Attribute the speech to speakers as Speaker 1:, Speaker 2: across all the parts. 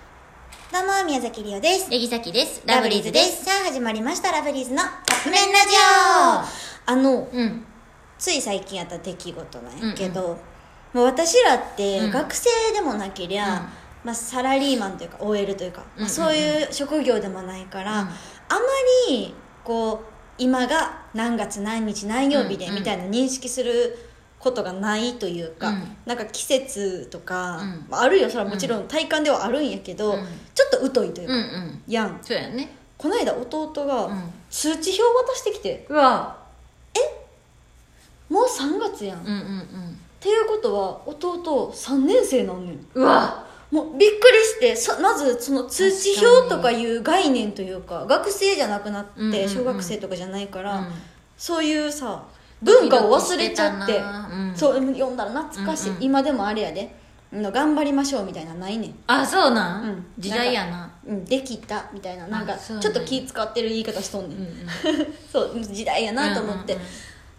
Speaker 1: どうも、宮崎りおです。
Speaker 2: レギサキです。ラブリーズです。。
Speaker 1: さあ、始まりました、ラブリーズのカップ
Speaker 2: 麺
Speaker 1: 麺ラ
Speaker 2: ラ
Speaker 1: ジ
Speaker 2: ジ
Speaker 1: オあの、
Speaker 2: うん。
Speaker 1: つい最近あった出来事なんやけど、もう私らって
Speaker 2: うん
Speaker 1: 学生でもなけりゃ、
Speaker 2: うん
Speaker 1: まあ、サラリーマンというか OL というか、
Speaker 2: うんうんうん
Speaker 1: そういう職業でもないから、
Speaker 2: うん
Speaker 1: あまりこう今が何月何日何曜日で
Speaker 2: うんうん
Speaker 1: みたいな認識することがないというか、
Speaker 2: うん
Speaker 1: なんか季節とか、
Speaker 2: うん
Speaker 1: まああるよそれはもちろん体感ではあるんやけど、
Speaker 2: うん
Speaker 1: ちょっと疎いという
Speaker 2: う
Speaker 1: か、
Speaker 2: んうん。
Speaker 1: やん
Speaker 2: そうやね。
Speaker 1: この間弟
Speaker 2: う
Speaker 1: が
Speaker 2: ん
Speaker 1: 通知表渡してきて
Speaker 2: うわ。
Speaker 1: 「もう3月やん」
Speaker 2: うんうんうん。
Speaker 1: っていうことは弟3年生なんねん
Speaker 2: うわ。
Speaker 1: もうびっくりしてそまずその通知表とかいう概念というか学生じゃなくなっ
Speaker 2: うんうんう
Speaker 1: て
Speaker 2: ん
Speaker 1: 小学生とかじゃないか
Speaker 2: う
Speaker 1: ら、
Speaker 2: ん
Speaker 1: そういうさ文化を忘れちゃって
Speaker 2: ドキドキしてたなうん
Speaker 1: そう読んだら懐かしい、
Speaker 2: うんうん
Speaker 1: 今でもあれやでの頑張りましょうみたいなのないねん
Speaker 2: あ、そうな
Speaker 1: うんん。
Speaker 2: 時代やな。
Speaker 1: うん、できたみたいななんか
Speaker 2: あ
Speaker 1: ち
Speaker 2: そう
Speaker 1: ょ
Speaker 2: ね
Speaker 1: っと気使ってる言い方しとんねん、
Speaker 2: うんうん
Speaker 1: そう時代やなと思って、
Speaker 2: うんうん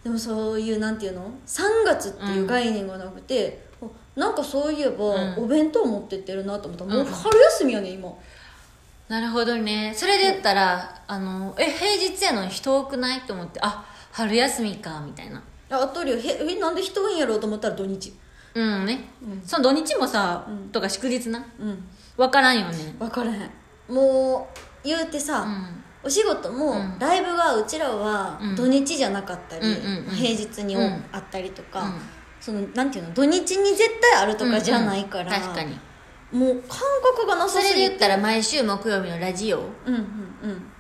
Speaker 1: でもそういうなんていうの3月っていう概念がなくて、おなんかそういえば、
Speaker 2: うん
Speaker 1: お弁当持ってってるなと思ったらもう
Speaker 2: うん
Speaker 1: 春休みやね今
Speaker 2: なるほどね。それで言ったら、あの、え、平日やのに人多くないと思って、あ、春休みか、みたいな。
Speaker 1: あっとりへえなんで人多いんやろうと思ったら土日
Speaker 2: うんね。その土日もさ、とか祝日な。
Speaker 1: うん
Speaker 2: わからんよね。
Speaker 1: 分からへんもう言うてさ、
Speaker 2: うん。
Speaker 1: お仕事も
Speaker 2: うん
Speaker 1: ライブがうちらは
Speaker 2: うん
Speaker 1: 土日じゃなかったり、
Speaker 2: うんうんうん
Speaker 1: 平日に
Speaker 2: うん
Speaker 1: あったりとか、
Speaker 2: うん
Speaker 1: そのなんていうの土日に絶対あるとかじゃないから、
Speaker 2: うんうん確かに。
Speaker 1: もう感覚がな
Speaker 2: そ
Speaker 1: さ
Speaker 2: れ
Speaker 1: す
Speaker 2: で
Speaker 1: ぎて
Speaker 2: 言ったら、毎週木曜日のラジオ。
Speaker 1: うんうん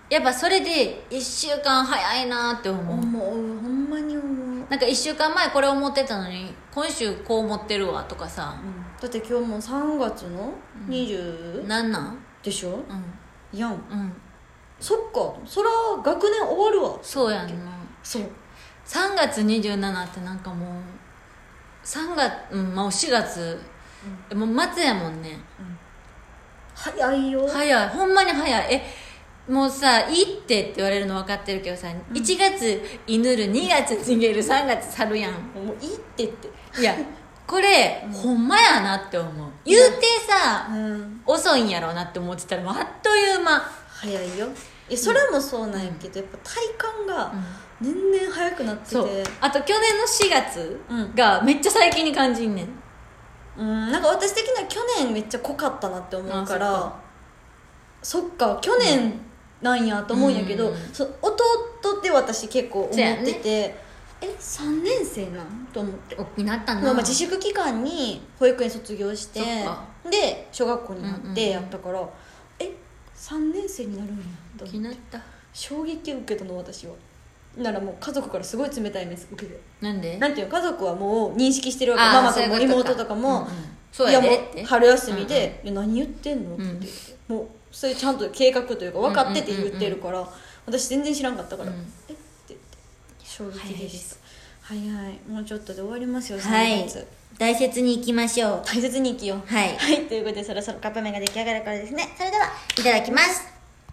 Speaker 2: やっぱそれで1週間早いなって
Speaker 1: うん
Speaker 2: 思う、
Speaker 1: 思うほんまに思う、
Speaker 2: なんか1週間前これ思ってたのに今週こう思ってるわとかさ
Speaker 1: だって今日も3月の20、
Speaker 2: なんなん
Speaker 1: でしょ
Speaker 2: う
Speaker 1: やん
Speaker 2: んうん
Speaker 1: そっかそら学年終わるわ
Speaker 2: そうやんな
Speaker 1: そう
Speaker 2: 3月27ってなんかもう3月うんまあ4月、もう末やもんね
Speaker 1: 早いよ、
Speaker 2: 早いほんまに早いえもうさ「いいって」って言われるの分かってるけどさ、1月犬る2月逃げる3月去るやん
Speaker 1: もういいってって
Speaker 2: いやこれ、ほんまやなって思う言うてさ、
Speaker 1: うん
Speaker 2: 遅いんやろうなって思ってたらもうあっという間
Speaker 1: 早いよいやそれもそうなんやけど、やっぱ体感が年々早くなってて
Speaker 2: そうあと去年の4月
Speaker 1: うん
Speaker 2: がめっちゃ最近に感じんねん
Speaker 1: うんなんか私的には去年めっちゃ濃かったなって思うから
Speaker 2: あ
Speaker 1: そっか去年なんやと思うんやけど、
Speaker 2: うん
Speaker 1: そ弟って私結構思って
Speaker 2: そうや
Speaker 1: て、
Speaker 2: ね
Speaker 1: え3年生なんと思って
Speaker 2: 大きなったな
Speaker 1: まあ、まあ自粛期間に保育園卒業して
Speaker 2: そっか
Speaker 1: で小学校になっ
Speaker 2: うんうんう
Speaker 1: て
Speaker 2: ん
Speaker 1: やったから、え3年生になるんやと思
Speaker 2: 大
Speaker 1: っ
Speaker 2: き
Speaker 1: て
Speaker 2: なった
Speaker 1: 衝撃を受けたの私はならもう家族からすごい冷たい目受けて
Speaker 2: なんで
Speaker 1: なんていうの家族はもう認識してるわけ
Speaker 2: あー
Speaker 1: ママと
Speaker 2: そういう
Speaker 1: も
Speaker 2: こと
Speaker 1: 妹とかも、
Speaker 2: うんうんそうや
Speaker 1: いや
Speaker 2: で
Speaker 1: も
Speaker 2: って
Speaker 1: う春休みで「いや何言ってんの?」って言って、もうそれちゃんと計画というか分かってて言ってるから、私全然知らんかったから「
Speaker 2: うん
Speaker 1: えっ?」て言って衝撃
Speaker 2: 早い
Speaker 1: で
Speaker 2: で
Speaker 1: した
Speaker 2: す
Speaker 1: はいはいもうちょっとで終わりますよ
Speaker 2: はい
Speaker 1: 3月
Speaker 2: 大切にいきましょう
Speaker 1: 大切に生きよう
Speaker 2: はい
Speaker 1: はいということでそろそろカップ麺が出来上がるからですね
Speaker 2: それではいただきます